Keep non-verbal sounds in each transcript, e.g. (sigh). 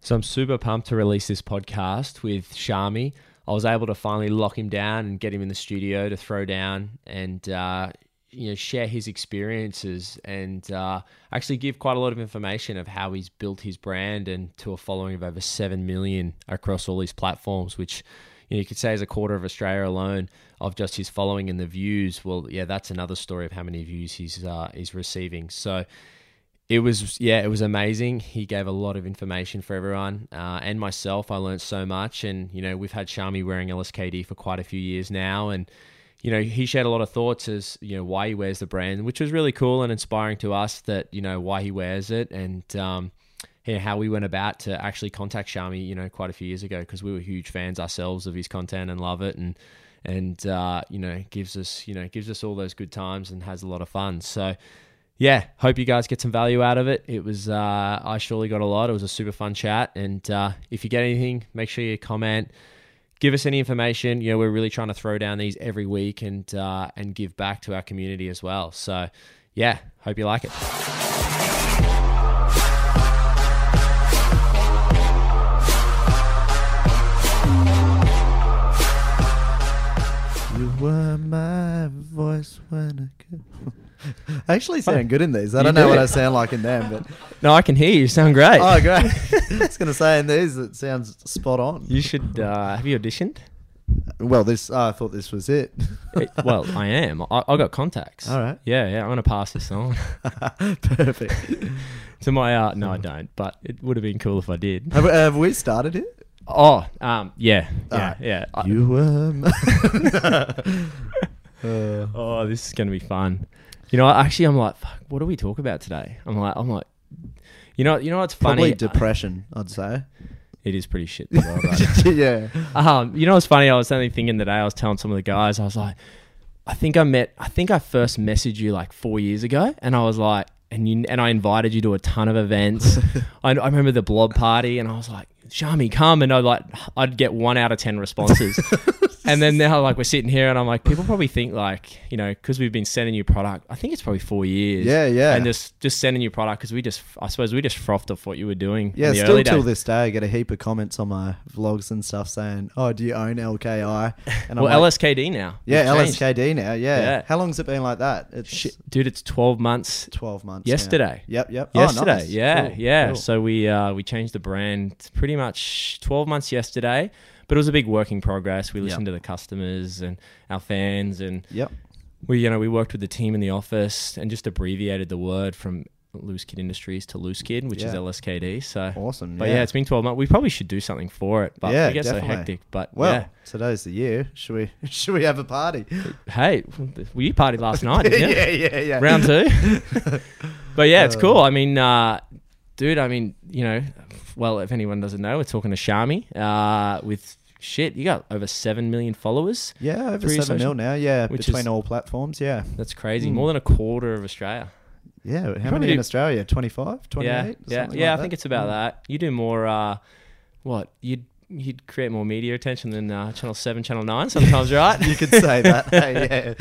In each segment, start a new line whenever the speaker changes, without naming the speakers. So I'm super pumped to release this podcast with Shami. I was able to finally lock him down and get him in the studio to throw down and uh, you know share his experiences and uh, actually give quite a lot of information of how he's built his brand and to a following of over seven million across all these platforms, which you, know, you could say is a quarter of Australia alone of just his following and the views. Well, yeah, that's another story of how many views he's uh, is receiving. So it was yeah it was amazing he gave a lot of information for everyone uh, and myself i learned so much and you know we've had shami wearing lskd for quite a few years now and you know he shared a lot of thoughts as you know why he wears the brand which was really cool and inspiring to us that you know why he wears it and um, you know, how we went about to actually contact shami you know quite a few years ago because we were huge fans ourselves of his content and love it and and uh, you know gives us you know gives us all those good times and has a lot of fun so yeah, hope you guys get some value out of it. It was, uh, I surely got a lot. It was a super fun chat. And uh, if you get anything, make sure you comment, give us any information. You know, we're really trying to throw down these every week and uh, and give back to our community as well. So, yeah, hope you like it.
You were my voice when I could. (laughs) I actually sound good in these. I don't know
do.
what I sound like in them, but
No, I can hear you. You sound great.
oh, great! (laughs) I was going to say in these it sounds spot on.
(laughs) You should uh, have you auditioned?
Well, this I thought this was it.
It- well, I am. I, I got contacts.
All right.
Yeah, yeah. I'm gonna pass this on (laughs)
perfect.
to my. Uh, no, I don't. But it would have been cool if I did.
(laughs) Have, have we started it?
Oh, um, yeah, yeah,
Alright.
yeah. I-
You were. My (laughs) Uh,
Oh, this is gonna be fun. You know, actually, I'm like, fuck. What do we talk about today? I'm like, I'm like, you know, you know what's
probably
funny?
depression, I'd say.
it is pretty shit. The
(laughs)
world, right?
yeah.
um, you know what's funny? I was only thinking today. I was telling some of the guys. I was like, I think I met. I think I first messaged you like four years ago, and I was like, and you and I invited you to a ton of
(laughs)
events. I, I remember the blob party, and I was like, Shami, come, and I like, I'd get one out of ten
(laughs)
responses. And then now, like, we're sitting here, and I'm like, people probably think, like, you know, because we've been sending you product. I think it's probably four years.
Yeah, yeah.
And just just sending you product because we just, I suppose, we just frothed off what you were doing.
Yeah,
in the
still
early
till
days.
this day, I get a heap of comments on my vlogs and stuff saying, "Oh, do you own LKI?" And
Well,
I'm like,
LSKD now.
yeah,
We've changed.
LSKD now. Yeah.
Yeah.
How long's it been like that? It's
Shit, dude, it's 12 months.
twelve months. now.
Yesterday.
Yep. Yep. Oh,
Yesterday,
nice.
yeah,
Cool,
yeah.
cool.
So we uh, we changed the brand pretty much 12 months yesterday, but it was a big work in progress. We listened to the customers and our fans, and
Yep.
we you know we worked with the team in the office and just abbreviated the word from Loose Kid Industries to Loose Kid, which is
Yeah.
LSKD. So,
Awesome.
but yeah. it's been 12 months. We probably should do something for it, but
Yeah,
we get so
definitely.
hectic. But
well,
yeah.
today's the year. Should we? (laughs) Should we have a party?
hey, well, you partied
(laughs)
last night, didn't you?
yeah. Yeah. (laughs) Yeah.
round two. but yeah, it's cool. I mean, uh, dude, I mean, you know, well, if anyone doesn't know, we're talking to Shami uh, with shit. You got over 7 million followers.
Yeah, over
Three
seven
social-
mil now. Yeah,
which
between
is-
all platforms. Yeah, Mm.
That's
Hmm.
crazy. More than a quarter of Australia.
yeah. How
probably
many in
do-
Australia? 25, 28?
yeah. Yeah.
something
Yeah.
like
I think
that. Mm. Hmm.
it's about that. You do more, uh, what? You'd, you'd create more media attention than uh, Channel 7, Channel 9
(laughs)
sometimes, right?
you could say that. Hey,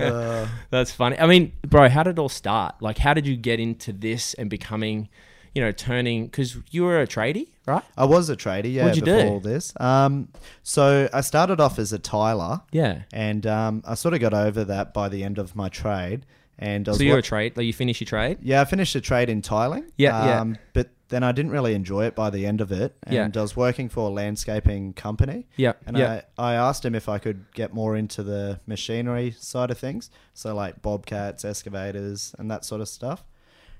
yeah. Uh,
(laughs) That's funny. I mean, bro, how did it all start? Like, how did you get into this and becoming, you know, turning? Because you were a tradie, right?
I was a trader. Yeah,
What'd you
before
do?
all this. Um, so I started off as a tiler,
Yeah.
and um, I sort of got over that by the end of my trade. And I was
So you're
wa-
a trade, like you finish your trade.
Yeah, I finished a trade in tiling.
Yeah, yeah.
But then I didn't really enjoy it by the end of it. And
Yeah.
I was working for a landscaping company.
Yeah,
And
yeah.
I, I asked him if I could get more into the machinery side of things. So, like bobcats, excavators, and that sort of stuff.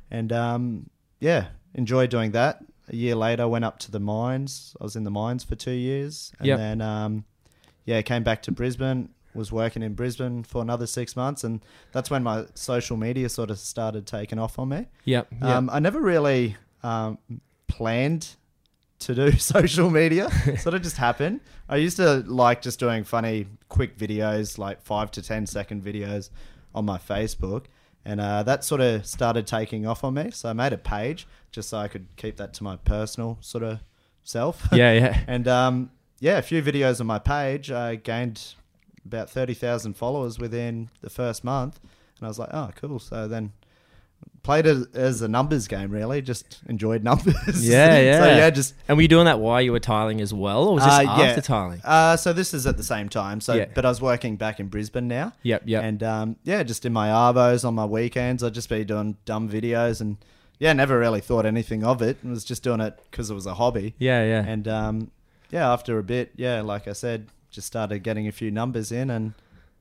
And um, yeah, enjoyed doing that. A year later, went up to the mines. I was in the mines for two years. And
Yeah.
then, um, yeah, came back to Brisbane. Was working in Brisbane for another six months, and that's when my social media sort of started taking off on me.
Yep. yep.
Um, I never really um, planned to do (laughs) social media. sort of just happened. I used to like just doing funny, quick videos, like five to ten second videos on my Facebook. And uh, that sort of started taking off on me. So I made a page just so I could keep that to my personal sort of self.
(laughs)
(laughs)
yeah, yeah.
and um, yeah, a few videos on my page. I gained about 30,000 followers within the first month. And I was like, oh, cool. So then played it as a numbers game, really. Just enjoyed (laughs) numbers.
Yeah, yeah.
so yeah, just
And were you doing that while you were tiling as well, or was this
uh,
after
yeah.
tiling?
Uh, so this is at the same time. So,
Yeah.
but I was working back in Brisbane now.
Yep, yep.
And um, yeah, just in my arvos on my weekends, I'd just be doing dumb videos and yeah, never really thought anything of it. I was just doing it because it was a hobby.
Yeah, yeah. (laughs)
And um, yeah, after a bit, yeah, like I said, just started getting a few numbers in, and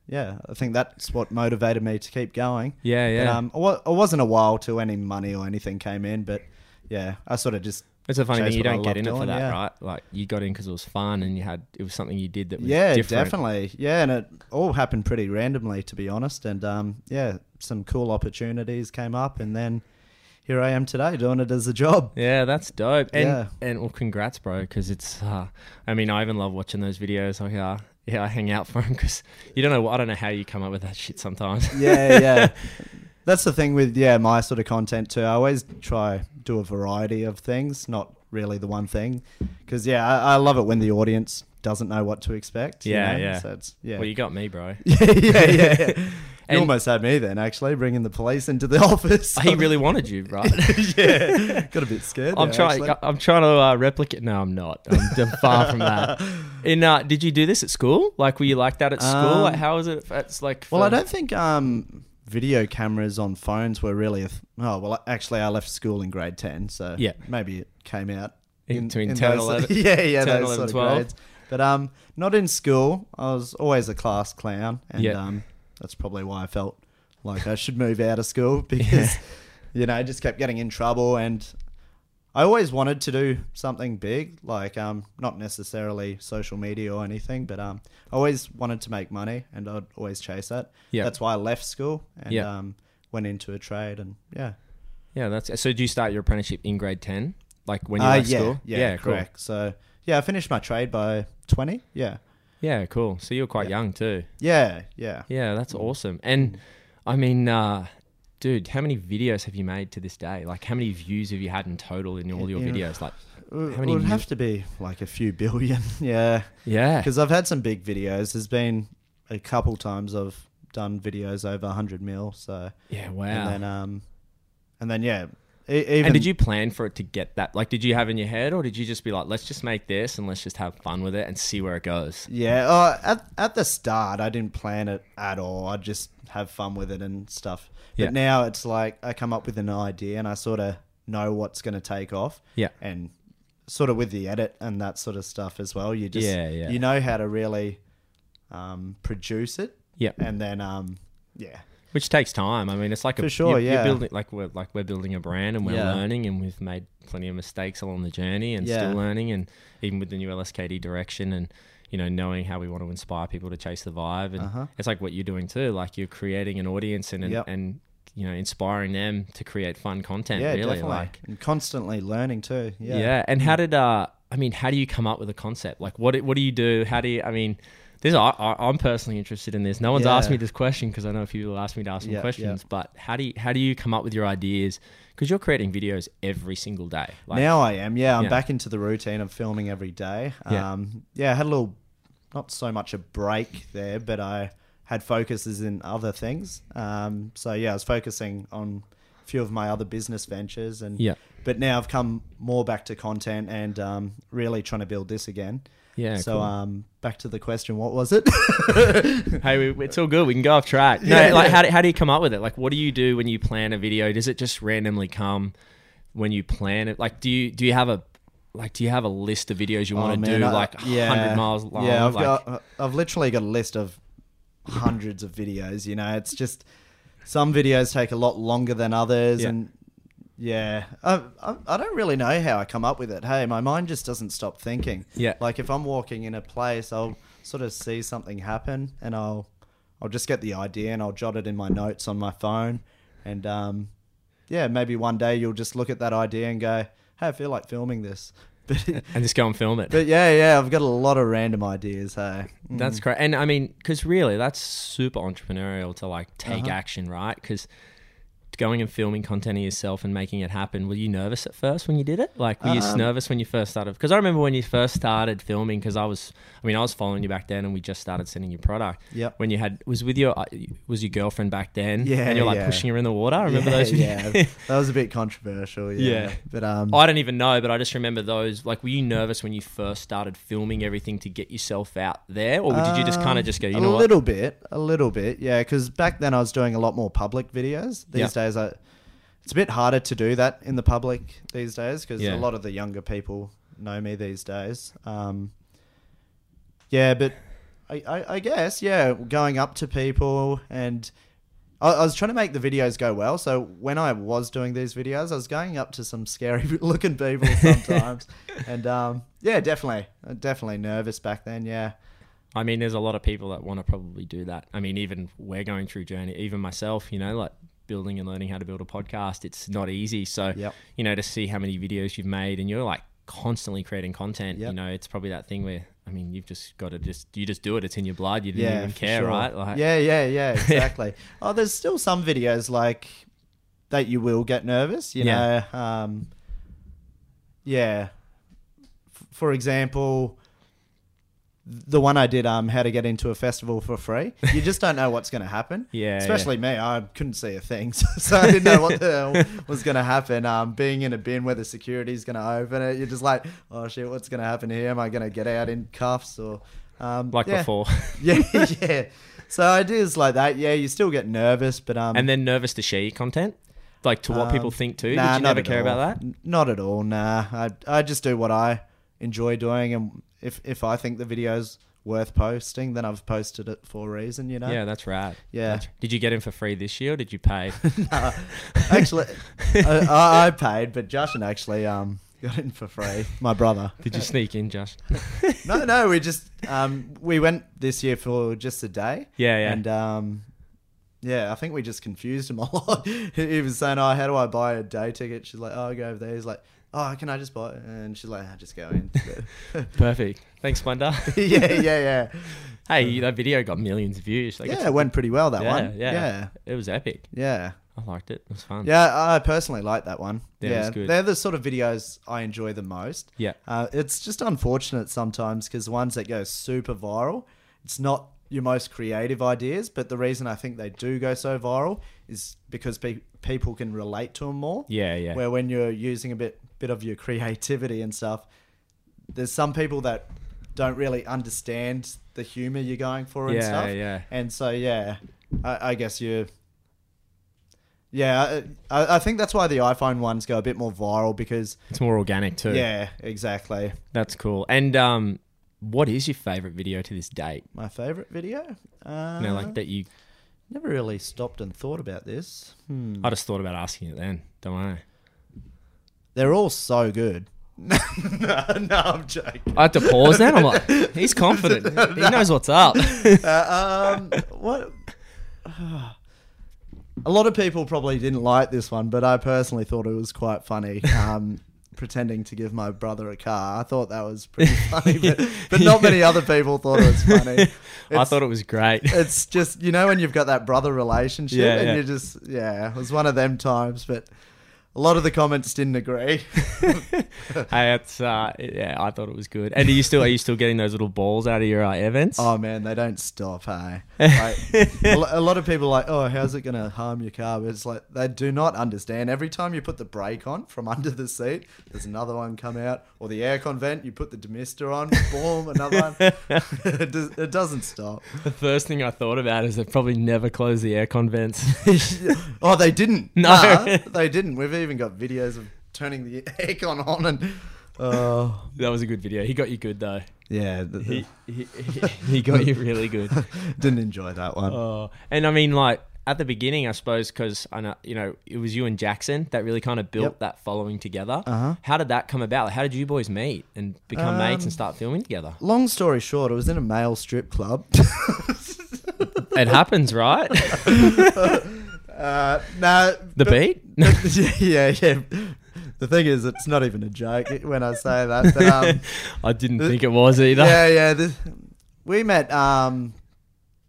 yeah, I think that's what motivated me to keep going.
Yeah,
But,
yeah.
um, it wa- it wasn't a while till any money or anything came in, but yeah, I sort of just
It's a funny
Chase
thing. You
what I
don't get
love
in it for
doing,
that,
yeah.
right? Like you got in because it was fun and you had it was something you did that was
yeah
different.
definitely yeah and it all happened pretty randomly to be honest and um yeah some cool opportunities came up and then here i am today doing it as a job
Yeah, that's dope. And
Yeah.
and well, congrats, bro. Because it's, uh, I mean, I even love watching those videos. Like, uh, yeah, I hang out for them because you don't know. I don't know how you come up with that shit sometimes.
yeah yeah (laughs) that's the thing with yeah my sort of content too i always try do a variety of things not really the one thing because yeah I, I love it when the audience doesn't know what to expect you
Yeah,
know?
yeah.
so it's yeah
Well, you got me, bro.
(laughs) yeah, yeah, yeah,
(laughs)
yeah.
And-
you almost had me then, actually, bringing the police into the (laughs) office.
he really wanted you, right?
(laughs) yeah, got a bit scared.
I'm
there,
trying.
actually.
I'm trying to uh, replicate. No, I'm not. I'm d- far from
(laughs)
that. And uh, did you do this at school? Like, were you like that at school?
Um,
Like, how was it? It's like.
Well, I
for-
don't think um, video cameras on phones were really. A th- oh well, actually, I left school in grade ten, so
Yeah.
maybe it came out
In- to internal
those-
eleven-
(laughs)
(laughs)
yeah, yeah,
internal
those sort of
11, 12.
grades. But um, not in school. I was always a class clown, and
Yeah.
um, that's probably why I felt like I should move out of school (laughs) because you know I just kept getting in trouble, and I always wanted to do something big, like um, not necessarily social media or anything, but um, I always wanted to make money, and I'd always chase that.
Yeah.
that's why I left school and
Yeah.
um, went into a trade, and yeah,
Yeah, that's. So, do you start your apprenticeship in grade ten? Like when you
Uh,
left
yeah,
school?
yeah,
cool.
correct. So yeah, I finished my trade by twenty. Yeah,
Yeah, cool. So you were quite young too.
yeah, yeah.
Yeah, that's
Mm.
awesome. And I mean, uh, dude, how many videos have you made to this day? Like, how many views have you had in total in all your
Yeah.
videos? Like,
It
How
would
many mil-
have to be like a few billion. (laughs) yeah, (laughs)
yeah,
because I've had some big videos. There's been a couple times I've done videos over hundred mil. So.
yeah, wow.
and
And,
then um, and then yeah, e- even
did you plan for it to get that? Like, did you have in your head, or did you just be like, let's just make this and let's just have fun with it and see where it goes?
yeah uh, at at the start I didn't plan it at all. I just have fun with it and stuff. But
Yeah.
now it's like I come up with an idea and I sort of know what's going to take off.
Yeah.
and sort of with the edit and that sort of stuff as well. You just
Yeah, yeah.
you know how to really um, produce it.
Yeah.
and then um, yeah.
Which takes time. I mean, it's like a
For sure,
you're- you're
yeah.
building like we're like we're building a brand and we're
Yeah.
learning and we've made plenty of mistakes along the journey and
Yeah.
still learning and even with the new LSKD direction and you know knowing how we want to inspire people to chase the vibe and
Uh-huh.
it's like what you're doing too. Like you're creating an audience and and,
Yep.
and you know inspiring them to create fun content.
Yeah,
really.
definitely.
Like
and constantly learning too.
yeah. And
Mm.
how did uh I mean how do you come up with a concept? Like what do- what do you do? How do you I mean. This I, I, I'm personally interested in this. No one's asked
Yeah.
me this question because I know a few people ask me to ask them
Yeah, yeah.
questions. But how do you, how do you come up with your ideas? Because you're creating videos every single day.
(laughs)
Like,
now I am. Yeah, I'm
Yeah.
back into the routine of filming every day.
Yeah.
Um, yeah, I had a little, not so much a break there, but I had focuses in other things. Um, so yeah, I was focusing on a few of my other business ventures, and
Yeah.
But now I've come more back to content and um, really trying to build this again.
yeah.
so
cool.
um, back to the question, what was it? (laughs)
hey, we, it's all good. We can go off track. No,
Yeah,
like
yeah.
how do, how do you come up with it? Like, what do you do when you plan a video? Does it just randomly come when you plan it? Like, do you do you have a like do you have a list of videos you want to
Oh, man,
do
I-
like hundred miles long?
Yeah, I've
like,
got, I've literally got a list of hundreds of videos. You know, it's just some videos take a lot longer than others,
Yeah.
and yeah, I, I, I don't really know how I come up with it. Hey, my mind just doesn't stop thinking.
Yeah.
like if I'm walking in a place, I'll sort of see something happen, and I'll I'll just get the idea and I'll jot it in my notes on my phone, and um, yeah, maybe one day you'll just look at that idea and go, hey, I feel like filming this. (laughs) But
and just go and film it.
but yeah, yeah, I've got a lot of random ideas. Hey, Mm.
That's great. And I mean, because really, that's super entrepreneurial to like take
Uh-huh.
action, right? Because going and filming content of yourself and making it happen, were you nervous at first when you did it? Like, were you
Um,
nervous when you first started? Because I remember when you first started filming, because I was, I mean, I was following you back then, and we just started sending you product.
Yep.
When you had was with your uh, was your girlfriend back then?
Yeah,
And you're like
yeah.
pushing her in the water. I remember
yeah,
those. videos.
Yeah, that was a bit controversial. Yeah,
Yeah.
but um,
(laughs) I don't even know, but I just remember those. Like, were you nervous when you first started filming everything to get yourself out there, or did you just kind of
Um,
just go,
a
you know what?
little bit, a little bit, yeah. Because back then I was doing a lot more public videos.
Yeah.
These days, I it's a bit harder to do that in the public these days because
Yeah.
a lot of the younger people know me these days. Um, yeah, but I, I, I guess yeah, going up to people and. I I was trying to make the videos go well, so when I was doing these videos, I was going up to some (laughs) scary-looking people
(laughs)
sometimes, and um, yeah, definitely, definitely nervous back then. Yeah,
I mean, there's a lot of people that want to probably do that. I mean, even we're going through journey, even myself, you know, like building and learning how to build a podcast, it's not easy. So,
Yep.
you know, to see how many videos you've made and you're like constantly creating content,
Yep.
you know, it's probably that thing where, I mean, you've just got to just, you just do it. It's in your blood. You didn't even
for
care,
sure.
right? Like,
yeah,
(laughs)
yeah, yeah, exactly. oh, there's still some videos like that you will get nervous, you
Yeah.
know. Um, yeah. F- for example, the one I did, um, how to get into a festival for free. You just don't know what's going to happen.
(laughs) Yeah,
Especially me, I couldn't see a thing, (laughs) so, so I didn't know what the hell was going to happen. Um, being in a bin where the security's going to open it, you're just like, oh shit, what's going to happen here? Am I going to get out in cuffs or? Um,
Like
yeah. (laughs)
before.
yeah, yeah. So ideas like that, yeah, you still get nervous, but um,
and then nervous to share your content, like to what
um,
people think too.
nah,
Did you
not
never
at
care
all.
about that?
N- Not at all. Nah, I I just do what I enjoy doing, and if if I think the video's worth posting, then I've posted it for a reason, you know.
Yeah, that's right.
Yeah.
That's- did you get him for free this year or did you
(laughs)
pay?
Nah, (laughs) actually, I, I, I paid, but Justin actually um (laughs) got in for free.
(laughs)
My brother.
did you sneak in, Josh?
(laughs) no, no, we just um we went this year for just a day.
Yeah, yeah.
And um, yeah, I think we just confused him a (laughs) lot. he he was saying, "Oh, how do I buy a day ticket?" She's like, "Oh, go over there." He's like, "Oh, can I just buy?" It? And she's like, "Ah, "Just go
(laughs)
in." (laughs)
Perfect. Thanks, Splendor.
yeah, yeah, yeah.
Hey, that video got millions of views. Like,
yeah,
it's-
it went pretty well that
yeah,
one.
yeah.
yeah,
It was epic.
yeah.
I liked it. It was fun.
Yeah, I personally like that one.
Yeah,
Yeah,
it was good.
they're the sort of videos I enjoy the most.
Yeah.
uh, it's just unfortunate sometimes because the ones that go super viral, it's not your most creative ideas. But the reason I think they do go so viral is because pe- people can relate to them more.
Yeah, yeah.
Where when you're using a bit bit of your creativity and stuff, there's some people that don't really understand the humor you're going for and
Yeah,
stuff.
yeah.
And so yeah, I, I guess you. Yeah, I, I- I think that's why the iPhone ones go a bit more viral because
It's more organic too.
yeah, exactly.
That's cool. And um, what is your favorite video to this date?
My favorite video. Uh,
You know, like that you.
never really stopped and thought about this. Hmm.
I just thought about asking it then. Don't worry.
They're all so good. (laughs) no, no, I'm joking.
I had to pause then. I'm
(laughs)
like, he's confident. He knows what's up.
Uh, um, what? (sighs) A lot of people probably didn't like this one, but I personally thought it was quite funny. (laughs) Um, pretending to give my brother a car, I thought that was (laughs) pretty funny, but, but not many other people thought it was
(laughs) I
funny. It's-
thought it was
(laughs)
great.
it's just you know when you've got that brother relationship
Yeah,
and
yeah.
you just yeah it was one of them times but a lot of the comments
(laughs)
didn't agree
Hey, it's uh, yeah. I thought it was good. And are you still are you still getting those little balls out of your uh, events?
oh man they don't stop hey like, a
(laughs)
lo- a lot of people are like oh how's it gonna harm your car but it's like they do not understand every time you put the brake on from (laughs) under the seat there's another one come out or the aircon vent you put the demister on boom another one
(laughs)
(laughs) it, does, it doesn't stop
The first thing I thought about is they probably never close the aircon vents. (laughs)
oh, they didn't.
No.
Nah, they didn't. We've even got videos of turning the (laughs) aircon on and. Oh,
that was a good video. He got you good though.
yeah. th-
He
th-
he, he, he got you really (laughs) good.
(laughs) didn't enjoy that one.
Oh, and I mean, like at the beginning, I suppose, because I know you know it was you and Jackson that really kind of built
Yep.
that following together.
Uh-huh.
How did that come about? Like, how did you boys meet and become mates and start filming together?
Long story short, it was in a male
(laughs)
strip club.
It happens, (laughs) right?
Uh, no.
The
but-
beat.
but- yeah, (laughs) yeah, yeah. The thing is, it's not even a joke when I say that.
(laughs)
But, um,
I didn't think it was either.
yeah, yeah. This, we met um,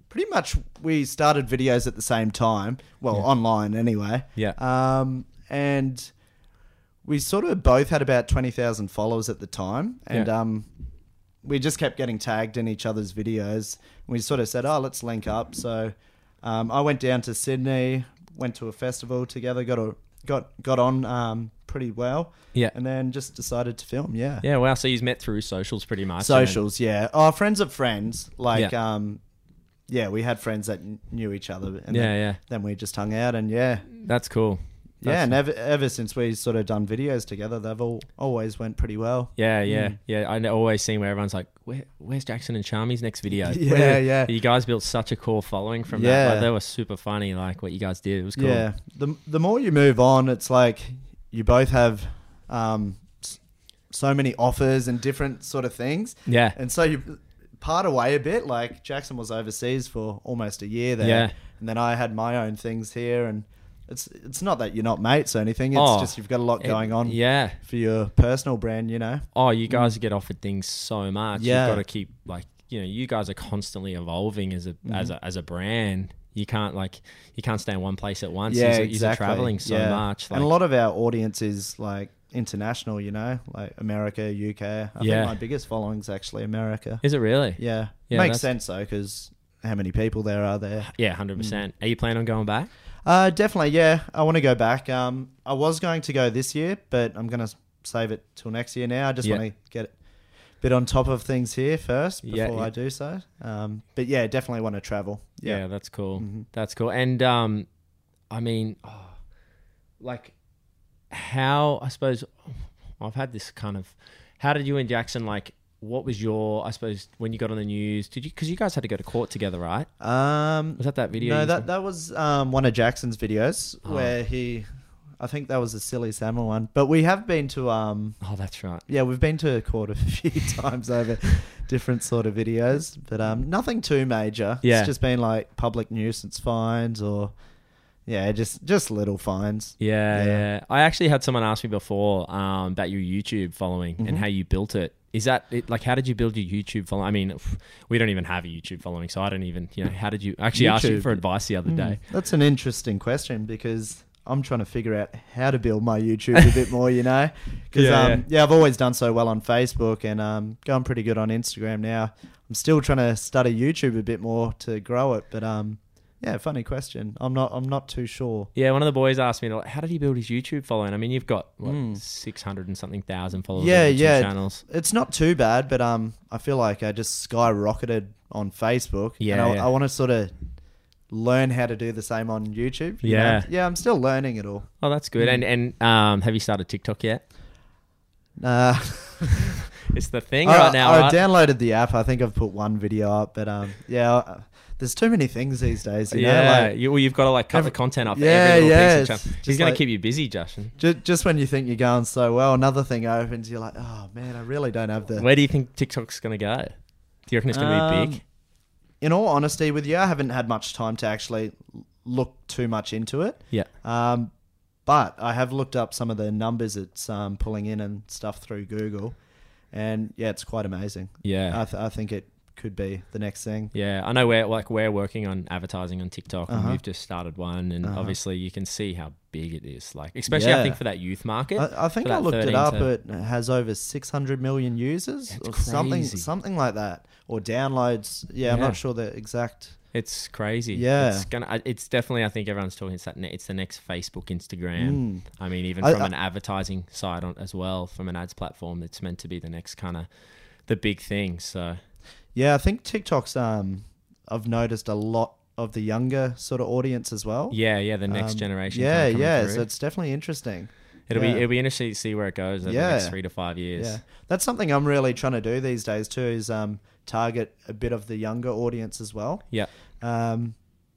pretty much we started videos at the same time. Well, online anyway.
Yeah.
Um, and we sort of both had about twenty thousand followers at the time, and
Yeah.
um, we just kept getting tagged in each other's videos. We sort of said, "Oh, let's link up." So um, I went down to Sydney, went to a festival together, got a, got got on um, pretty well,
Yeah.
and then just decided to film. Yeah,
Yeah, wow. So you've met through socials pretty much.
socials. Yeah, our friends of friends. Like,
Yeah.
um, yeah, we had friends that kn- knew each other, and
And then-
then,
yeah, yeah.
then we just hung out, and yeah,
That's cool. That's-
yeah, and ever, ever since we sort of done videos together, they've all always went pretty well.
Yeah, yeah,
Mm.
yeah. I know- always seen where everyone's like, Where, "Where's Jackson and Charmy's next
(laughs)
video?"
Yeah,
Where-
yeah.
You guys built such a core following from that.
Yeah.
Like, they were super funny. Like what you guys did, it was cool.
Yeah, the the more you move on, it's like you both have um, s- so many offers and different sort of things,
yeah,
and so you part away a bit. Like Jackson was overseas for almost a year there,
Yeah.
and then I had my own things here, and it's it's not that you're not mates or anything. It's
Oh,
just you've got a lot
It-
going on
Yeah.
for your personal brand, you know.
Oh, you guys get offered things so much.
Yeah.
You've got to keep like you know, you guys are constantly evolving as a
Mm-hmm.
as a as a brand. You can't like you can't stay in one place at once. You're- You're traveling so
Yeah.
much. Like,
and a lot of our audience is like international, you know, like America, UK. I
Yeah.
think my biggest following is actually America.
is it really?
Yeah,
Yeah, that's-
makes sense though, because how many people there are there?
Yeah, hundred percent.
Mm.
Are you planning on going back?
Uh, definitely, yeah. I want to go back. Um, I was going to go this year, but I'm gonna s- save it till next year. Now I just
Yeah.
want to get a bit on top of things here first before
Yeah, yeah.
I do so. Um, but yeah, definitely want to travel.
Yeah,
Yeah, Mm-hmm.
that's cool. That's cool. And um, I mean, oh, like, how I suppose I've had this kind of. How did you and Jackson like? What was your? I suppose when you got on the news, did you? Because you guys had to go to court together, right?
Um,
Was that that video?
no,
you-
that that was um, one of Jackson's videos
Oh.
where he, I think that was a silly salmon one. But we have been to um,
Oh, that's right.
yeah, we've been to court a (laughs) few times over different sort of videos, but um, nothing too major.
Yeah.
It's just been like public nuisance fines or, yeah, just just little fines.
Yeah, yeah,
Yeah.
I actually had someone ask me before um, about your YouTube following and
Mm-hmm.
how you built it. Is that it, like how did you build your YouTube following? I mean, pff, we don't even have a YouTube following, so I don't even you know how did you I actually asked you
YouTube.
for advice the other day?
Mm, That's an interesting question because I'm trying to figure out how to build my YouTube a bit more,
(laughs)
you know? Because,
Yeah,
yeah, um,
yeah.
yeah. I've always done so well on Facebook and um, going pretty good on Instagram now. I'm still trying to study YouTube a bit more to grow it, but um, yeah, funny question. I'm not, I'm not too sure.
Yeah, one of the boys asked me, like, how did he build his YouTube following? I mean, you've got what,
Mm.
600 and something thousand followers
Yeah,
on YouTube
yeah.
channels.
It's not too bad, but um, I feel like I just skyrocketed on Facebook. and
Yeah,
I,
yeah.
I want to sort of learn how to do the same on YouTube. you know?
Yeah.
yeah, I'm still learning it all.
Oh, that's good.
Hmm.
And and um, have you started TikTok yet?
Uh,
It's the thing
I,
right now.
I
right?
downloaded the app. I think I've put one video up, but um, yeah, I- there's too many things these days. You
yeah,
know, like,
you, well, you've got to like cut
Every-
the content up.
Yeah,
every little
yeah,
Piece of
it's
channel. He's
just
going to
like-
keep you busy, Justin.
just, just when you think you're going so well, another thing opens. You're like, oh man, I really don't have the.
Where do you think TikTok's going to go? Do you reckon it's going to
Um,
be big?
In all honesty, with you, I haven't had much time to actually look too much into it.
Yeah.
Um, but I have looked up some of the numbers it's um, pulling in and stuff through Google, and yeah, it's quite amazing.
Yeah.
I, th- I think it could be the next thing.
yeah, I know we're like we're working on advertising on TikTok, and
Uh-huh.
we've just started one, and
Uh-huh.
obviously you can see how big it is. Like, especially I
Yeah.
think for that youth market,
I, I think
for
I
that
looked
13
it up.
to-
It has over 600 million users
That's
or something,
crazy.
something like that, or downloads. Yeah, I'm
Yeah.
not sure the exact.
It's crazy.
Yeah.
it's gonna. I- It's definitely. I think everyone's talking. It's that. Ne- it's the next Facebook, Instagram.
Mm.
I mean, even
I-
from
I-
an advertising side on as well, from an ads platform, it's meant to be the next kind of the big thing. So
Yeah, I think TikTok's. Um, I've noticed a lot of the younger sort of audience as well.
yeah, yeah, the next
Um,
generation.
Yeah,
kinda coming
yeah.
through.
So it's definitely interesting.
it'll
yeah.
be it'll be interesting to see where it goes over the next
Yeah.
three to five years.
Yeah, that's something I'm really trying to do these days too. Is um, target a bit of the younger audience as well.
Yeah.
Um,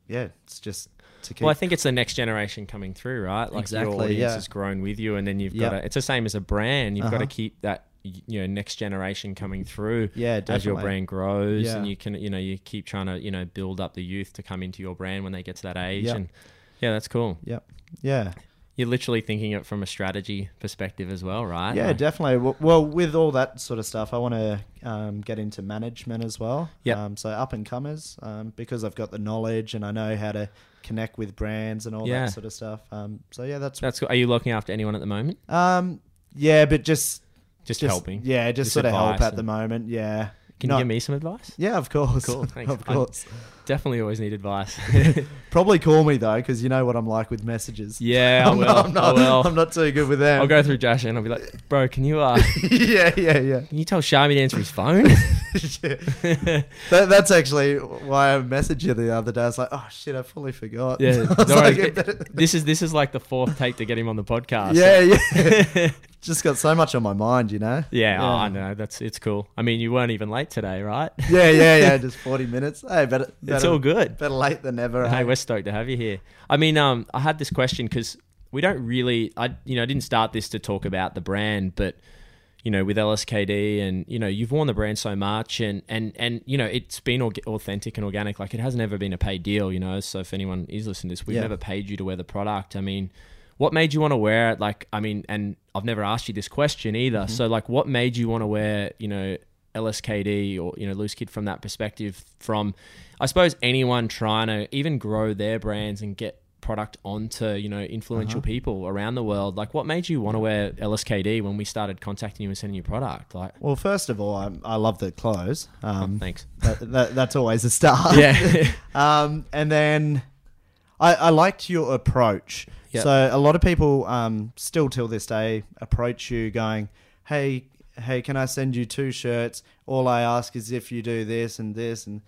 yeah, it's just to keep.
Well, I think it's the next generation coming through, right? Like
Exactly,
your audience
yeah.
has grown with you, and then you've got
Yeah.
to. It's the same as a brand. You've got to
Uh-huh.
keep that y- you know next generation coming through.
yeah, definitely.
as your brand grows and
Yeah.
you can you know you keep trying to you know build up the youth to come into your brand when they get to that age
Yeah.
and yeah that's cool
Yep. Yeah.
you're literally thinking it from a strategy perspective as well, right?
Yeah,
Like-
definitely. W- Well, with all that sort of stuff, I want to um, get into management as well.
Yep.
Um, so up and comers, um, because I've got the knowledge and I know how to connect with brands and all
Yeah.
that sort of stuff. Um, so yeah, that's
That's. Are you looking after anyone at the moment?
um, yeah, but just
Just,
just
helping.
Yeah, just,
Just
sort of help
advice
at the moment. Yeah.
Can
No.
you give me some advice?
Yeah, of course. (laughs)
Cool, thanks.
of
I-
course.
Definitely, always need (laughs)
(laughs)
advice.
Probably call me though, because you know what I'm like with messages.
yeah, I
(laughs) I'm
will.
not, I'm,
I
not,
will.
I'm not too good with them.
I'll go through Josh and I'll be like, bro, can you uh,
(laughs) yeah, yeah, yeah. (laughs)
can you tell Shami to answer his phone?
That, that's actually why I messaged you the other day. I was like, oh shit, I fully forgot. (laughs)
Yeah,
I was
don't worry. (laughs)
like,
this is this is like the fourth take to get him on the podcast.
yeah, yeah.
(laughs)
Just got so much on my mind, you know?
Yeah, oh, I
Yeah.
know. That's it's cool. I mean, you weren't even late today, right?
(laughs) Yeah,
(laughs)
yeah, yeah. Just 40 minutes. Hey, better, better,
It's all good.
better late than never. eh?
Hey,
hey.
we're stoked to have you here. I mean, um, I had this question because we don't really, I you know, I didn't start this to talk about the brand, but you know, with LSKD and you know, you've worn the brand so much, and and and you know, it's been org- authentic and organic. Like it has never been a paid deal, you know. So if anyone is listening to this, we've
Yeah.
never paid you to wear the product. I mean, what made you want to wear it? Like, I mean, and I've never asked you this question either. So like, what made you want to wear, you know? LSKD or you know loose kid from that perspective from I suppose anyone trying to even grow their brands and get product onto you know influential people around the world like what made you want to wear lskd when we started contacting you and sending you product like oh,
Well, first of all, I, I love the clothes. Um,
thanks
that, that, that's always a
(laughs)
start.
yeah
um, and then I, I liked your approach.
Yep.
So a lot of people um, still till this day approach you going, "Hey, hey, can I send you two shirts? All I ask is if you do this and this and."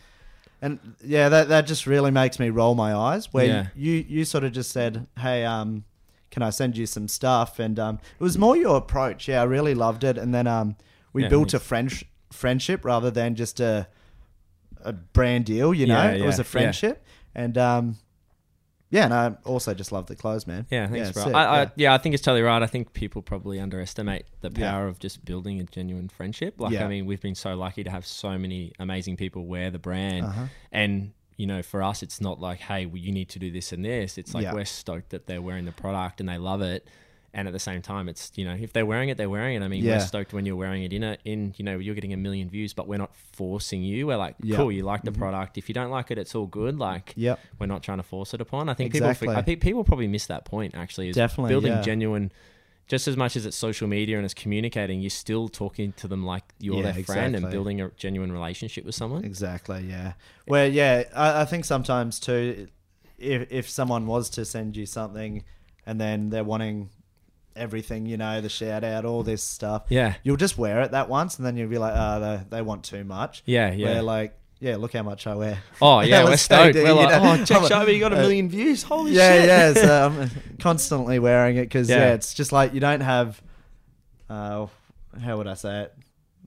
And yeah, that, that just really makes me roll my eyes. Where
Yeah.
you, you sort of just said, "Hey, um, can I send you some stuff?" And um, it was more your approach. Yeah, I really loved it. And then um, we
Yeah,
built
thanks.
a friendsh- friendship rather than just a a brand deal. You know,
Yeah,
it was
yeah,
a friendship, and um, yeah, and I also just love the clothes, man.
yeah thanks bro
sick,
I, I,
yeah.
yeah. I think it's totally right i think people probably underestimate the
Yeah.
power of just building a genuine friendship like
Yeah.
i mean we've been so lucky to have so many amazing people wear the brand
Uh-huh.
and you know for us it's not like hey well, you need to do this and this it's like
Yeah.
we're stoked that they're wearing the product and they love it and at the same time it's you know if they're wearing it they're wearing it i mean
Yeah.
we're stoked when you're wearing it in a in you know you're getting a million views but we're not forcing you we're like
Yeah.
cool you like the product if you don't like it it's all good like
Mm-hmm. Yep.
we're not trying to force it upon i think
Exactly.
people for- i think people probably miss that point actually is
Definitely,
building
yeah.
genuine just as much as it's social media and it's communicating you're still talking to them like you're
Yeah,
their friend and
exactly.
building a genuine relationship with someone
Exactly. Yeah. Where yeah, I, I think sometimes too, if if someone was to send you something, and then they're wanting everything, you know, the shout out, all this stuff,
yeah
you'll just wear it that once, and then you'll be like, oh, they, they want too much.
yeah yeah
Where like, yeah, look how much I wear.
Oh
(laughs)
yeah, we're
Let's
stoked.
go,
We're
dude,
like,
you know.
oh, check
I'm a-
Sharpie, you got a
uh,
million views. Holy
yeah,
shit!
yeah.
(laughs)
So I'm constantly wearing it because yeah.
Yeah.
it's just like you don't have, uh, how would I say it?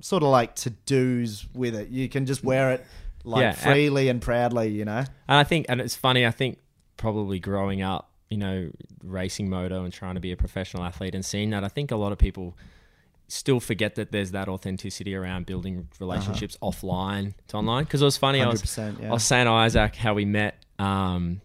Sort of like to dos with it. You can just wear it like
Yeah, and-
freely and proudly. You know.
And I think, and it's funny. I think probably growing up, you know, racing moto and trying to be a professional athlete and seeing that, I think a lot of people still forget that there's that authenticity around building
Uh-huh.
relationships offline to online. Because it was funny. I was
100%, yeah.
I was saying to Isaac how we met. Um,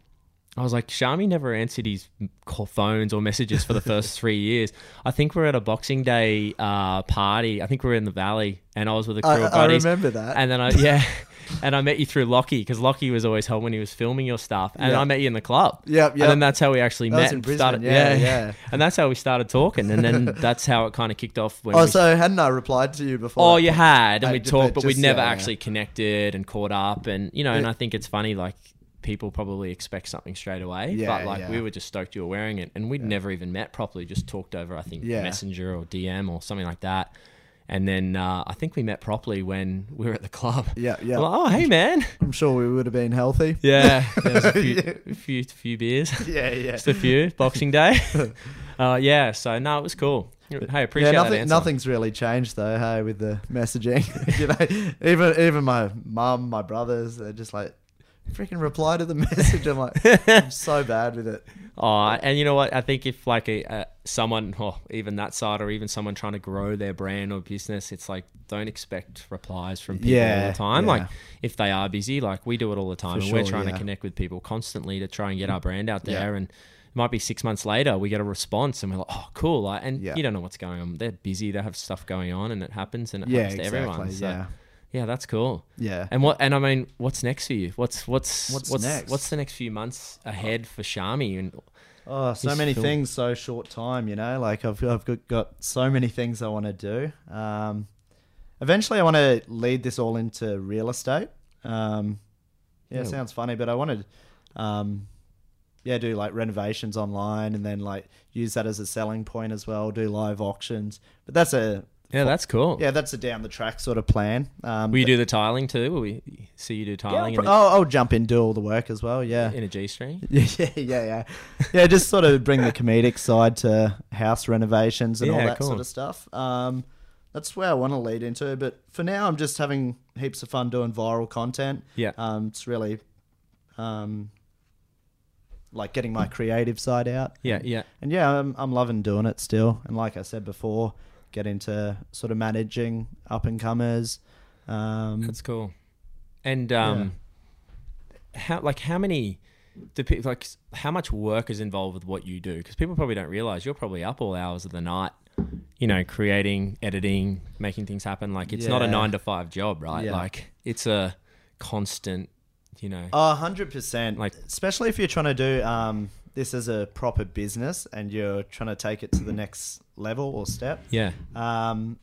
I was like, Shami never answered his call phones or messages for the
(laughs)
first three years. I think we are at a Boxing Day uh, party. I think we were in the Valley, and I was with a crew
I,
of
I
buddies.
remember that.
And then
(laughs)
I yeah, and I met you through Lockie because Lockie was always home when he was filming your stuff, and
Yeah.
I met you in the club.
Yep,
And
yep.
then that's how we actually
That
met.
was in
and
Brisbane,
started,
yeah, yeah.
(laughs) And that's how we started talking, and
(laughs)
then that's how it kind of kicked off. When
oh,
we,
so hadn't I replied to you before?
oh, you had, and
I
we
did,
talked,
but
but we'd
just,
never
yeah, yeah.
actually connected and caught up, and you know, and
Yeah.
I think it's funny, like people probably expect something straight away,
Yeah,
but like we
yeah.
were just stoked you were wearing it, and we'd never even met properly, just talked over, I think,
Yeah.
messenger or DM or something like that. And then uh, I think we met properly when we were at the club.
Yeah, yeah.
I'm like, oh, hey, man.
I'm sure we would have been healthy.
(laughs) Yeah, there was a (laughs) few, a few, few (laughs) beers,
Yeah, yeah.
just a few. Boxing (laughs) Day. Uh, yeah, so no, it was cool. Hey, appreciate
yeah,
that
nothing,
answer.
nothing's really changed though. Hey, with the messaging, (laughs) you know, even even my mum, my brothers, they're just like, freaking reply to the (laughs) message. I'm like, I'm so bad with
(laughs)
it.
Oh, and you know what? I think if like a, a someone, or even that side, or even someone trying to grow their brand or business, it's like don't expect replies from people all
Yeah,
the time. Like
yeah.
if they are busy, like we do it all the time,
For
and we're
sure,
trying
yeah. Mm.
to connect with people constantly to try and get our brand out there. And it might be six months later we get a response and we're like oh cool like, and
Yeah.
you don't know what's going on they're busy they have stuff going on and it happens and it
yeah,
happens to
exactly.
everyone so
yeah,
yeah, that's cool
yeah.
and what and i mean what's next for you what's what's
What's
what's what's,
next?
the next few months ahead for shami and
Oh, so
This
many
film.
things, so short time. You know, like I've I've got, got so many things I want to do. Um, eventually, I want to lead this all into real estate. Um, yeah,
Yeah.
sounds funny, but I wanted, um, yeah, do like renovations online, and then like use that as a selling point as well. Do live auctions, but that's a
yeah that's cool
yeah, that's a down the track sort of plan. Um,
will you do the tiling too will we see you do
Yeah, I'll,
tiling
pro- I'll, I'll jump in, do all the work as well. Yeah,
in, a, in a g
(laughs)
string
Yeah, yeah, yeah, yeah. Yeah, just sort of bring the comedic side to house renovations and all
Yeah,
that
cool.
sort of stuff. Um, that's where I want to lead into. But for now, I'm just having heaps of fun doing viral content.
yeah
Um, it's really um, like getting my creative side out.
yeah yeah
And yeah, I'm, I'm loving doing it still. And like I said before, get into sort of managing up and comers. Um,
That's cool. And um, how like how many the people like s- how much work is involved with what you do? Because people probably don't realize you're probably up all hours of the night, you know, creating, editing, making things happen. Like it's not a
Yeah.
nine to five job, right?
Yeah.
Like it's a constant, you know.
A hundred percent. Like,
Like-
especially if you're trying to do um, this as a proper business and you're trying to take it to the next level or step.
yeah,
Um,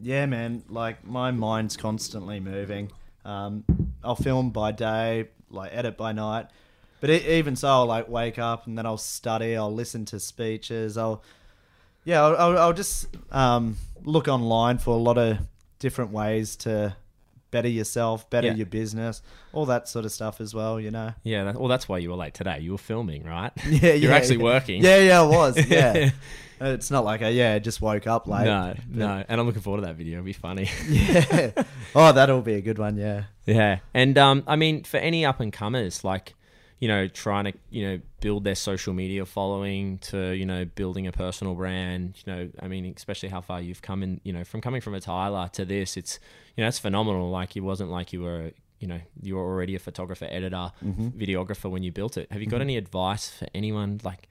yeah, man. Like my mind's constantly moving. Um, I'll film by day, like edit by night. But e even so, I'll like wake up and then I'll study. I'll listen to speeches. I'll yeah, I'll, I'll, I'll just um, look online for a lot of different ways to better yourself, better
Yeah.
your business, all that sort of stuff as well. You know. (laughs)
yeah. That, well, that's why you were late today. You were filming, right?
Yeah,
(laughs) You're
yeah,
actually
yeah.
working.
Yeah, yeah, I was. Yeah.
(laughs)
it's not like I yeah just woke up late.
no, no. And I'm looking forward to that video. It'll be funny. (laughs)
(laughs) Yeah. oh, that'll be a good one. Yeah.
Yeah, and um, I mean, for any up and comers, like you know, trying to you know build their social media following to you know building a personal brand. You know, I mean, especially how far you've come in. You know, from coming from a Tyler to this, it's you know it's phenomenal. Like it wasn't like you were you know you were already a photographer, editor,
Mm-hmm.
videographer when you built it. Have you got any advice for anyone like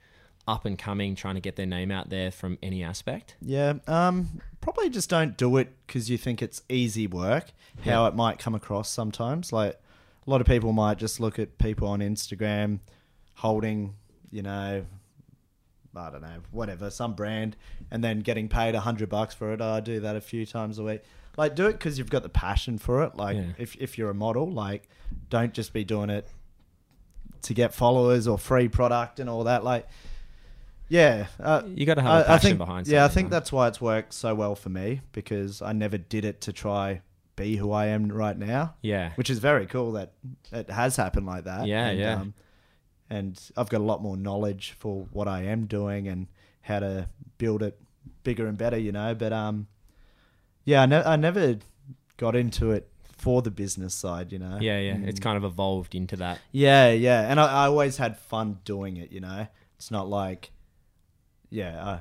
up and coming trying to get their name out there from any aspect?
Yeah, um, probably just don't do it because you think it's easy work. How it might come across sometimes, like a lot of people might just look at people on Instagram holding, you know, I don't know, whatever, some brand, and then getting paid a hundred bucks for it. Oh, I do that a few times a week. Like, do it because you've got the passion for it. Like,
Yeah.
if if you're a model, like, don't just be doing it to get followers or free product and all that. Like, yeah, uh,
You got to have a passion
think,
behind.
Yeah, I
something,
think
right?
that's why it's worked so well for me because I never did it to try be who I am right now,
yeah,
which is very cool that it has happened like that.
Yeah,
and, um,
yeah.
and I've got a lot more knowledge for what I am doing and how to build it bigger and better, you know. But um, yeah, I, ne- I never got into it for the business side, you know.
yeah, yeah.
Mm.
It's kind of evolved into that.
Yeah, yeah. And I, I always had fun doing it, you know. It's not like, yeah, I,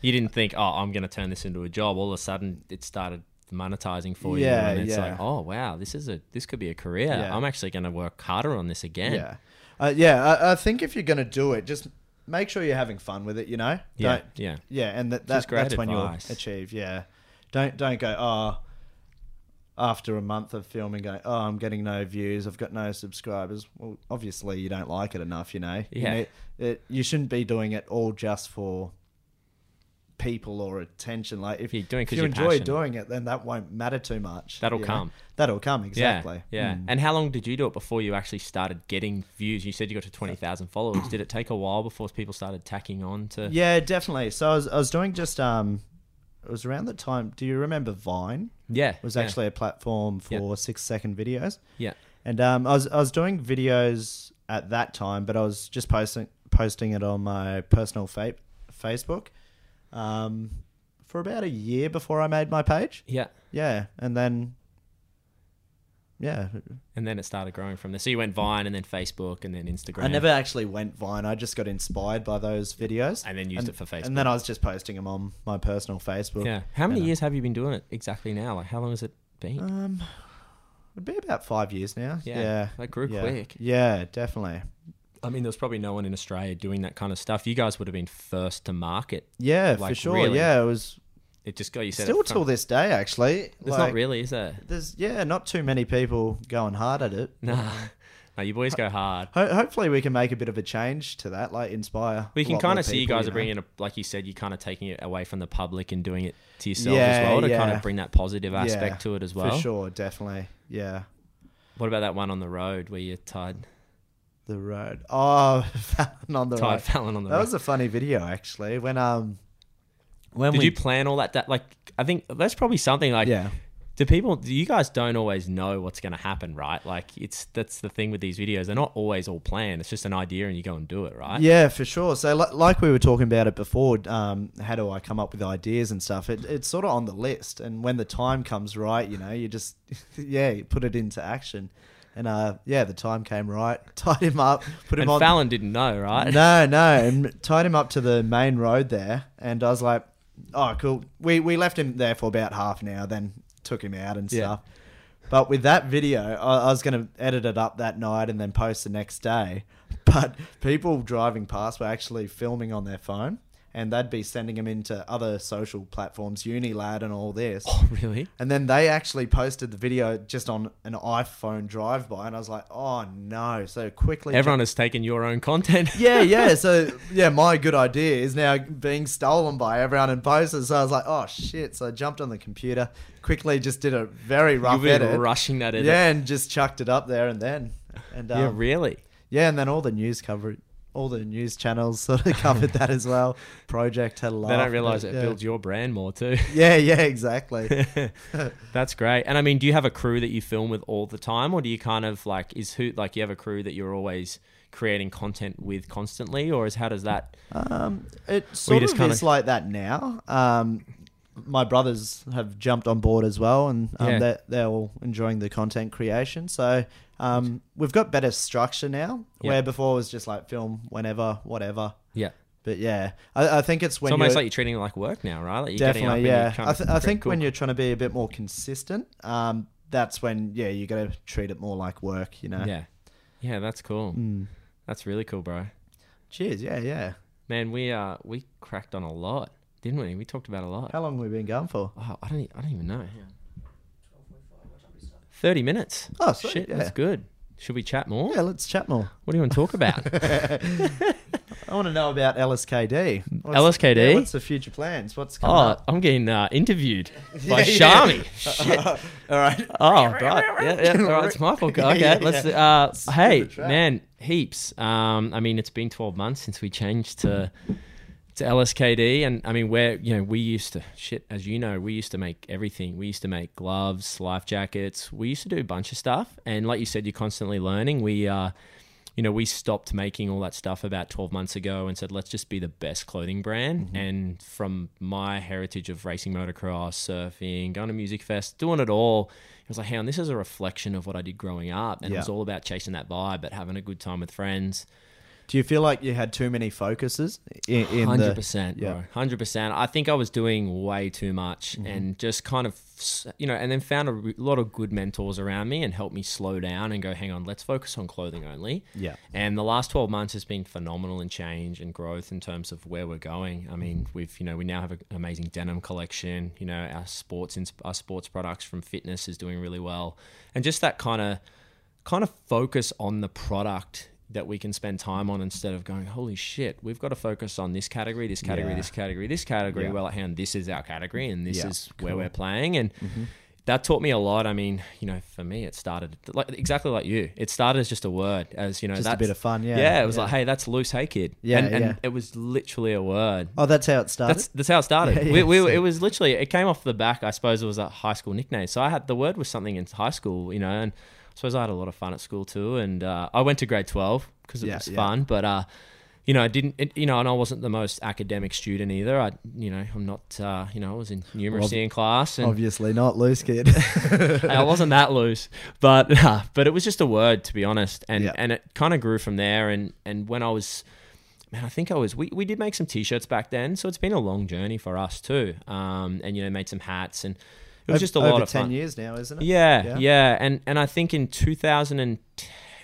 you didn't think, oh, I'm going to turn this into a job. All of a sudden, it started monetizing for you,
Yeah,
and it's
yeah.
like, oh wow, this is a this could be a career.
Yeah.
I'm actually going to work harder on this again.
Yeah. Uh, yeah, I, I think if you're going to do it, just make sure you're having fun with it, you know?
yeah,
Don't,
yeah.
yeah, and that, that
Just great
that's when you'll
advice.
achieve, yeah. Don't don't go, oh, after a month of filming, going, oh, I'm getting no views, I've got no subscribers. Well, obviously, you don't like it enough, you know? You,
Yeah.
need- it, you shouldn't be doing it all just for people or attention. Like, if,
You're doing it
if
'cause
you
you're
enjoy
passionate.
doing it, then that won't matter too much.
That'll
you know?
come.
That'll come,
Yeah,
exactly.
yeah.
Mm.
And how long did you do it before you actually started getting views? You said you got to twenty thousand followers. Did it take a while before people started tacking on to?
Yeah, definitely. So I was, I was doing just um, it was around the time. Do you remember Vine?
yeah
It was
yeah,
actually a platform
Yeah.
for six second videos,
yeah,
and um, I was I was doing videos at that time, but I was just posting posting it on my personal fa- Facebook, um, for about a year before I made my page.
yeah.
Yeah, and then. Yeah,
And then it started growing from there. So you went Vine, and then Facebook, and then Instagram.
I never actually went Vine. I just got inspired by those videos,
And then used it for Facebook.
And then I was just posting them on my personal Facebook.
Yeah. How many
Yeah.
years have you been doing it exactly now? Like how long has it been?
Um, it'd be about five years now.
Yeah,
Yeah,
that grew
yeah.
quick.
Yeah, definitely.
I mean, there's probably no one in Australia doing that kind of stuff. You guys would have been first to market.
Yeah, for
Like,
sure.
really?
Yeah, it was
It just got you said it
still
front-
till this day actually.
There's
like,
not really, is there?
There's yeah, not too many people going hard at it.
(laughs) Nah. No, you boys go hard.
Ho- hopefully, we can make a bit of a change to that, like inspire.
We
a
can
lot more
kind of see you
people,
guys
know?
are bringing, it, like you said, you're kind of taking it away from the public and doing it to yourself as
Yeah,
well to kind
yeah.
of bring that positive
Yeah,
aspect to it as well.
for sure, definitely. Yeah,
What about that one on the road where you tied
the road. Oh, (laughs) Fallon on the
tied (laughs)
road.
Fallon on the
That
road?
was a funny video actually. When um, when
Did
we
you plan all that? That like I think that's probably something like
yeah
do people do you guys don't always know what's going to happen right like it's that's the thing with these videos they're not always all planned it's just an idea and you go and do it right
Yeah, for sure. So, li- like we were talking about it before, um, how do I come up with ideas and stuff? It, it's sort of on the list, and when the time comes right, you know, you just (laughs) yeah, you put it into action. And uh, yeah, the time came right. (laughs) Tied him up, put him
and
on.
Fallon didn't know right
No, no, and tied him up to the main road there, and I was like, "Oh, cool." We we left him there for about half an hour, then took him out and
Yeah.
stuff. But with that video, I, I was going to edit it up that night and then post the next day. (laughs) But people driving past were actually filming on their phone, and they'd be sending them into other social platforms, Unilad and all this.
(laughs) oh really
And then they actually posted the video just on an iPhone drive by, and I was like, "Oh no!" So quickly,
everyone has taken your own content (laughs)
yeah, yeah. So yeah, my good idea is now being stolen by everyone in posters. So I was like, oh shit. So I jumped on the computer, quickly just did a very
you've
rough edit.
been rushing that edit
Yeah, and just chucked it up there and then. And um,
yeah
yeah,
really
and then all the news covered all the news channels sort of (laughs) covered that as well. Project had a laugh.
they don't realize it
yeah.
builds your brand more too
Yeah,
(laughs)
yeah, (laughs) exactly.
that's great and i mean do you have a crew that you film with all the time or do you kind of like is who like you have a crew that you're always creating content with constantly or is how does that
Um, it sort
just
of
kinda-
is like that now. Um, my brothers have jumped on board as well, and um,
Yeah.
they're, they're all enjoying the content creation. So um, we've got better structure now,
Yeah.
where before it was just like film whenever, whatever.
yeah
But yeah, I, I think it's when
it's almost
you're-
like you're treating it like work now, right? Like you're getting up
definitely,
and
yeah.
you're trying
I,
to
th- I
create-
think
cool.
when you're trying to be a bit more consistent, um, that's when yeah you got to treat it more like work, you know.
Yeah. Yeah, that's cool.
Mm.
That's really cool, bro.
Cheers. Yeah, yeah.
Man, we uh we cracked on a lot, didn't we? We talked about a lot.
How long have we been going for?
Oh, I don't e- I don't even know. Thirty minutes.
Oh, sweet,
shit,
yeah.
that's good. Should we chat more?
Yeah, let's chat more.
What do you want to talk
(laughs)
about?
I want to know about LSKD. What's-
LSKD?
yeah, what's the future plans? What's coming
oh,
up?
I'm getting uh,
(laughs)
interviewed by
Yeah,
Shami.
yeah. (laughs) All right.
Oh, right. Yeah, yeah. All right, it's
(laughs)
my fault. Okay,
Yeah,
let's. Uh, hey, man, heaps. Um, I mean, it's been 12 months since we changed to to LSKD, and I mean, where you know we used to shit, as you know, we used to make everything. We used to make gloves, life jackets. We used to do a bunch of stuff, and like you said, you're constantly learning. We, uh, you know, we stopped making all that stuff about 12 months ago, and said let's just be the best clothing brand. And from my heritage of racing motocross, surfing, going to music fest, doing it all, it was like, hey, on this is a reflection of what I did growing up, and it
Yeah.
was all about chasing that vibe, but having a good time with friends.
Do you feel like you had too many focuses in, in
Hundred
the?
percent,
yeah. Mm-hmm.
bro. Hundred percent. I think I was doing way too much, and just kind of, s- you know, and then found a re- lot of good mentors around me and helped me slow down and go, hang on, let's focus on clothing only.
Yeah.
And the last twelve months has been phenomenal in change and growth in terms of where we're going. I mean,
Mm-hmm.
we've you know we now have an amazing denim collection. You know, our sports ins- our sports products from fitness is doing really well, and just that kind of kind of focus on the product that we can spend time on instead of going, holy shit, we've got to focus on this category, this category,
Yeah.
this category, this category.
Yeah.
Well, at hand, this is our category and this
Yeah. Mm-hmm.
is where we're playing. And that taught me a lot. I mean, you know, for me, it started like exactly like you. It started as just a word, as you know,
Just a
that's-
bit of fun, yeah.
it was like, hey, that's loose, hey kid.
Yeah,
and, and
yeah.
it was literally a word.
Oh, that's how it started.
That's that's how it started.
(laughs) Yeah,
we,
yeah,
we,
so-
It was literally it came off the back. I suppose it was a high school nickname. So I had the word was something in high school, you know, and I suppose I had a lot of fun at school too. And uh, I went to grade twelve because it
Yeah,
was
yeah.
fun, but. Uh, you know, I didn't. It, you know, and I wasn't the most academic student either. I, you know, I'm not. Uh, you know, I was in numeracy in class, and
Obviously not
(laughs)
loose kid.
I wasn't that loose, but (laughs) but it was just a word to be honest, and
Yeah.
and it kind of grew from there. And and when I was, man, I think I was. We, we did make some t-shirts back then, so it's been a long journey for us too. Um, and you know, made some hats, and it was just a
Over
lot of
ten
fun.
years now, isn't it?
Yeah,
Yeah.
yeah, and and I think in 2010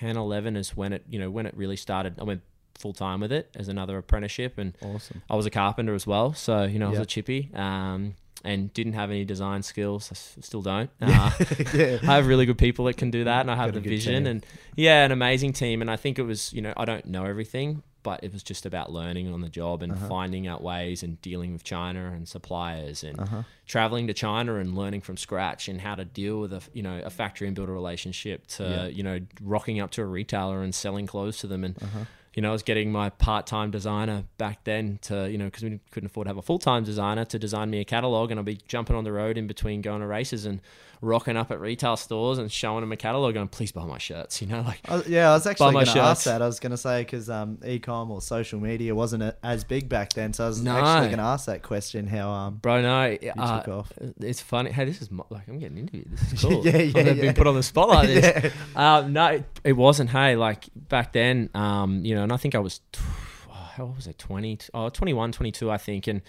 10, 11 is when it, you know, when it really started. I went full time with it as another apprenticeship, and
Awesome.
I was a carpenter as well. So you know, I was
Yeah.
a chippy, um, and didn't have any design skills. I s- still
(laughs)
don't. Uh,
(laughs) yeah.
I have really good people that can do that, and I have
Got
the
a good
vision,
team.
and yeah, an amazing team. And I think it was, you know, I don't know everything, but it was just about learning on the job and
Uh-huh.
finding out ways and dealing with China and suppliers and
Uh-huh.
traveling to China and learning from scratch and how to deal with a, you know, a factory and build a relationship to,
Yeah.
you know, rocking up to a retailer and selling clothes to them and.
Uh-huh.
You know, I was getting my part-time designer back then to, you know, because we couldn't afford to have a full-time designer to design me a catalog, and I'd be jumping on the road in between going to races and rocking up at retail stores and showing them a catalog, going, "Please buy my shirts," (laughs) you know, like
I was- yeah, I was actually
my
going to
shirts.
ask that. I was going to say because um, e-com or social media wasn't a- as big back then, so I was
No.
actually going to ask that question. How um,
Bro, no, uh,
took off.
it's funny. Hey, this is mo- like I'm getting interviewed. This
(laughs)
is cool.
Yeah,
I've
yeah,
never
yeah.
been put on the spot like
(laughs)
this. (laughs) Um, no, it, it wasn't. Hey, like back then, um, you know, and I think I was, tw- oh, how old was I? 20, oh, 21, 22, I think. And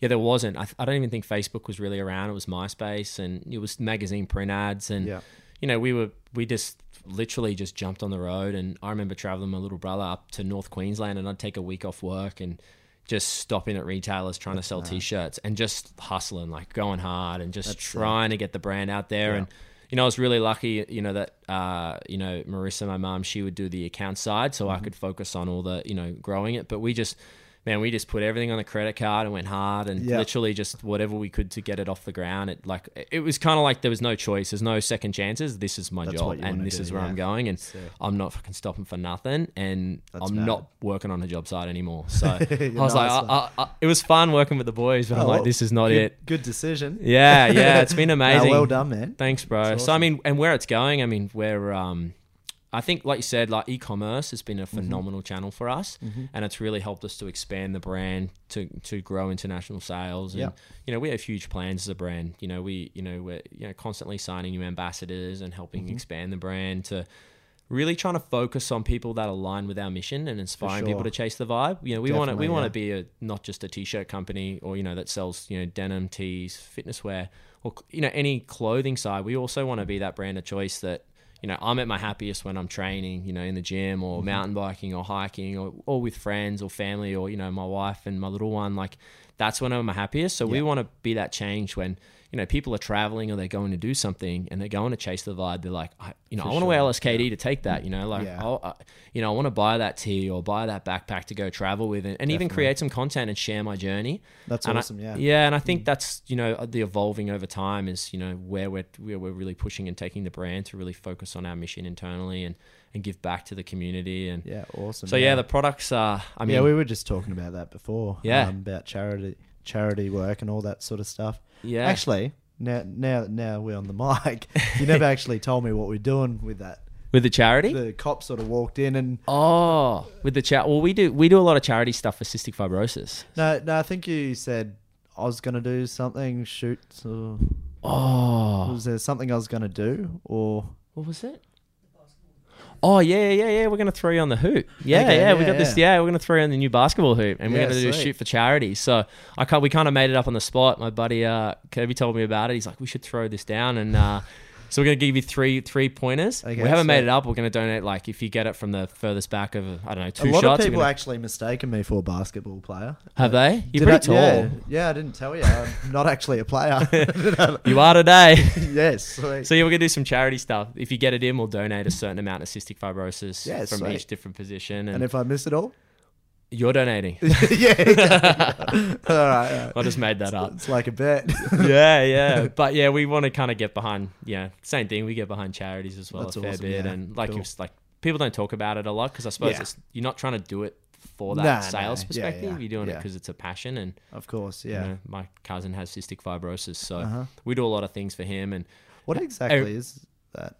yeah, there wasn't. I, th- I don't even think Facebook was really around. It was MySpace and it was magazine print ads. And,
Yeah.
you know, we were, we just literally just jumped on the road. And I remember traveling my little brother up to North Queensland and I'd take a week off work and, just stopping at retailers trying to sell t-shirts and just hustling like going hard and just trying to get the brand out there and you know I was really lucky you know that uh you know Marissa my mom she would do the account side so I could focus on all the you know growing it but we just man we just put everything on the credit card and went hard and
Yeah.
literally just whatever we could to get it off the ground it like it was kind of like there was no choice there's no second chances this is my
That's what
job
you wanna
and this
do,
is where
yeah.
I'm going and
Sick.
I'm not fucking stopping for nothing and
That's
I'm
mad.
not working on a job site anymore so I
(laughs) You're
was like,
nice,
I, I, I, it was fun working with the boys, but I'm
Oh,
like, this is not
good,
it.
Good decision.
Yeah, (laughs) yeah, it's been
(laughs) Nah,
amazing.
well done, man.
Thanks, bro.
That's
So I
awesome.
mean, and where it's going, I mean, we're um, I think like you said, like e-commerce has been a
Mm-hmm.
phenomenal channel for us, and it's really helped us to expand the brand to to grow international sales. And
Yeah.
you know, we have huge plans as a brand. You know, we you know we're you know constantly signing new ambassadors and helping
Mm-hmm.
expand the brand to. Really trying to focus on people that align with our mission and inspiring people
sure.
to chase the vibe. You know, we want to we
Definitely,
want
yeah.
to be a not just a t-shirt company or you know that sells you know denim tees fitness wear or you know any clothing side we also want to be that brand of choice that you know i'm at my happiest when i'm training you know in the gym
Mm-hmm.
or mountain biking or hiking or, or with friends or family or you know my wife and my little one like that's when i'm my happiest so we want to be that change when you know people are traveling or they're going to do something and they're going to chase the vibe they're like I, you know i want to wear lskd to take that you know like "Oh,
Yeah.
I'll, I, uh, you know i want to buy that tee or buy that backpack to go travel with and, and even create some content and share my journey
That's
and I-
awesome, yeah. Mm.
yeah, and I think that's you know the evolving over time is you know where we're where we're really pushing and taking the brand to really focus on our mission internally and and give back to the community and
Yeah, awesome.
so yeah, the products are I mean
yeah, we were just talking about that before.
Yeah.
um, about charity, charity work, and all that sort of stuff.
Yeah.
actually, now, now, now we're on the mic. You
(laughs)
never actually told me what we're doing with that.
with the charity.
The cop sort of walked in and
oh, with the chat. Well, we do we do a lot of charity stuff for cystic fibrosis.
no, no, I think you said I was gonna do something. Shoot, so
Oh,
was there something I was gonna do or?
what was it? Oh yeah, yeah, yeah. We're gonna throw you on the hoop. Yeah,
Okay,
yeah, We
yeah,
got this. Yeah, we're gonna throw you on the new basketball hoop, and
Yeah,
we're gonna do a
sweet.
shoot for charity. So I can't, we kind of made it up on the spot. My buddy uh, Kirby told me about it. He's like, we should throw this down, and uh, so we're gonna give you three three pointers.
Okay,
we haven't made
sweet.
it up. We're gonna donate like if you get it from the furthest back of I don't know two
a lot
shots.
of
we're
people
gonna-
actually mistaken me for a basketball player.
have they? You're
Did
pretty tall.
I- Yeah, yeah, I didn't tell you.
(laughs)
I'm not actually a player. (laughs)
You are today.
yes. sweet.
So yeah, we're gonna do some charity stuff. If you get it in, we'll donate a certain amount of cystic fibrosis
Yeah,
from
sweet.
each different position, and,
and if I miss
(laughs)
it all, (laughs)
you're donating.
yeah,
(laughs)
exactly. all right. all right.
I just made that
(laughs)
up.
It's like a bet.
(laughs) yeah, yeah. But yeah, we want to kind of get behind. Yeah, same thing. We get behind charities as well
That's
a fair
awesome,
bit,
yeah.
and like
Cool.
it's like people don't talk about it a lot because I suppose
Yeah.
it's, you're not trying to do it for that
Nah,
sales
nah. Yeah,
perspective.
yeah,
You're doing it
yeah.
because it's a passion, and
of course,
you
yeah. Uh-huh.
know, my cousin has cystic fibrosis, so we do a lot of things for him. And
What exactly is that?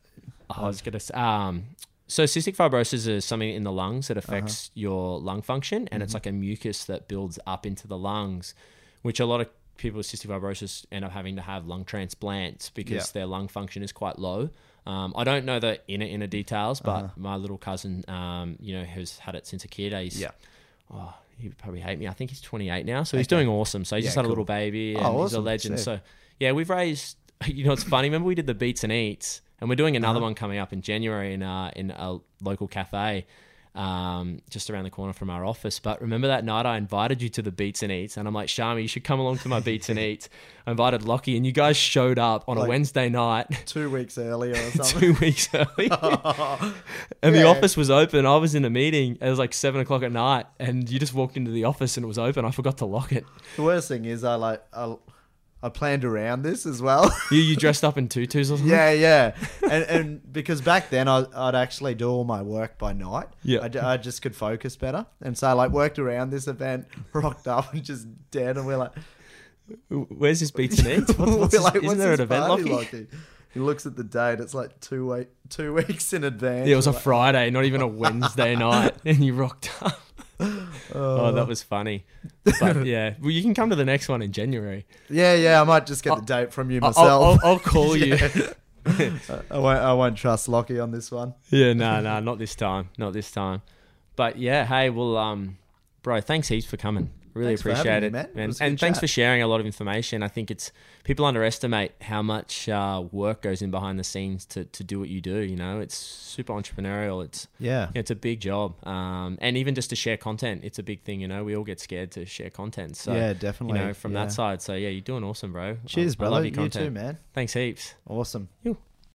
I was gonna say, um, so cystic fibrosis is something in the lungs
Uh-huh.
that affects your lung function, and
Mm-hmm.
it's like a mucus that builds up into the lungs, which a lot of people with cystic fibrosis end up having to have lung transplants because
Yeah.
their lung function is quite low. Um, I don't know the inner inner details, but
Uh-huh.
my little cousin, um, you know, has had it since a kid. He's,
Yeah.
Oh, he would probably hate me. I think he's 28 now, so he's doing awesome. So he just
Yeah,
had a
cool.
little baby, and
Oh,
he's a
awesome.
legend.
Sick.
So yeah, we've raised (laughs) you know what's funny? Remember we did the beats and eats, and we're doing
Uh-huh.
another one coming up in January in uh, in a local cafe, um, just around the corner from our office. But remember that night I invited you to the beats and eats, and I'm like, Shami, you should come along to my beats
(laughs)
and eats. I invited Lockie, and you guys showed up on
Like-
a Wednesday night. (laughs)
(laughs) two weeks earlier or something.
Two weeks early,
Oh.
and the
Yeah.
office was open. I was in a meeting. It was like seven o'clock at night, and you just walked into the office and it was open. I forgot to lock it.
(laughs) the worst thing is I like I, I planned around this
(laughs)
as well.
You you dressed up in tutus or something. (laughs)
yeah, yeah, and and because back then I, I'd actually do all my work by night.
Yeah.
I, ju- I just could focus better, and so I like worked around this event, (laughs) rocked up and just dead, and we're like,
Where's this beats and
(laughs)
eats? (laughs) What's,
we're
what's this-
like,
isn't
what's
there an
this
event,
party,
Lockie?
Lockie? He looks at the date. It's like two wait, two (laughs) weeks in advance.
Yeah, it was a
We're like,
Friday, not even a
(laughs)
Wednesday night, (laughs) and you rocked up. Oh,
Uh.
that was funny. But yeah, well, you can come to the next one in January.
yeah, yeah. I might just get
I'll-
the date from you
I'll-
myself.
I'll,
(laughs)
I'll, call you.
Yeah. I won't. I won't trust Lockie on this one.
Yeah, no, no, not this time, not this time. But yeah, hey, well, um, bro, thanks heaps for coming. Really
Thanks for having
appreciate
me,
it,
man. It
and,
was a good
and thanks
chat.
for sharing a lot of information. I think it's people underestimate how much uh, work goes in behind the scenes to to do what you do. You know, it's super entrepreneurial. It's
Yeah.
Yeah, it's a big job. Um, and even just to share content, it's a big thing. You know, we all get scared to share content. So,
yeah,
you
definitely.
know, from
Yeah.
that side. So, yeah, you're doing awesome, bro. I-
Cheers,
I
brother.
love your
you too,
content.
man.
Thanks heaps.
Awesome.
You.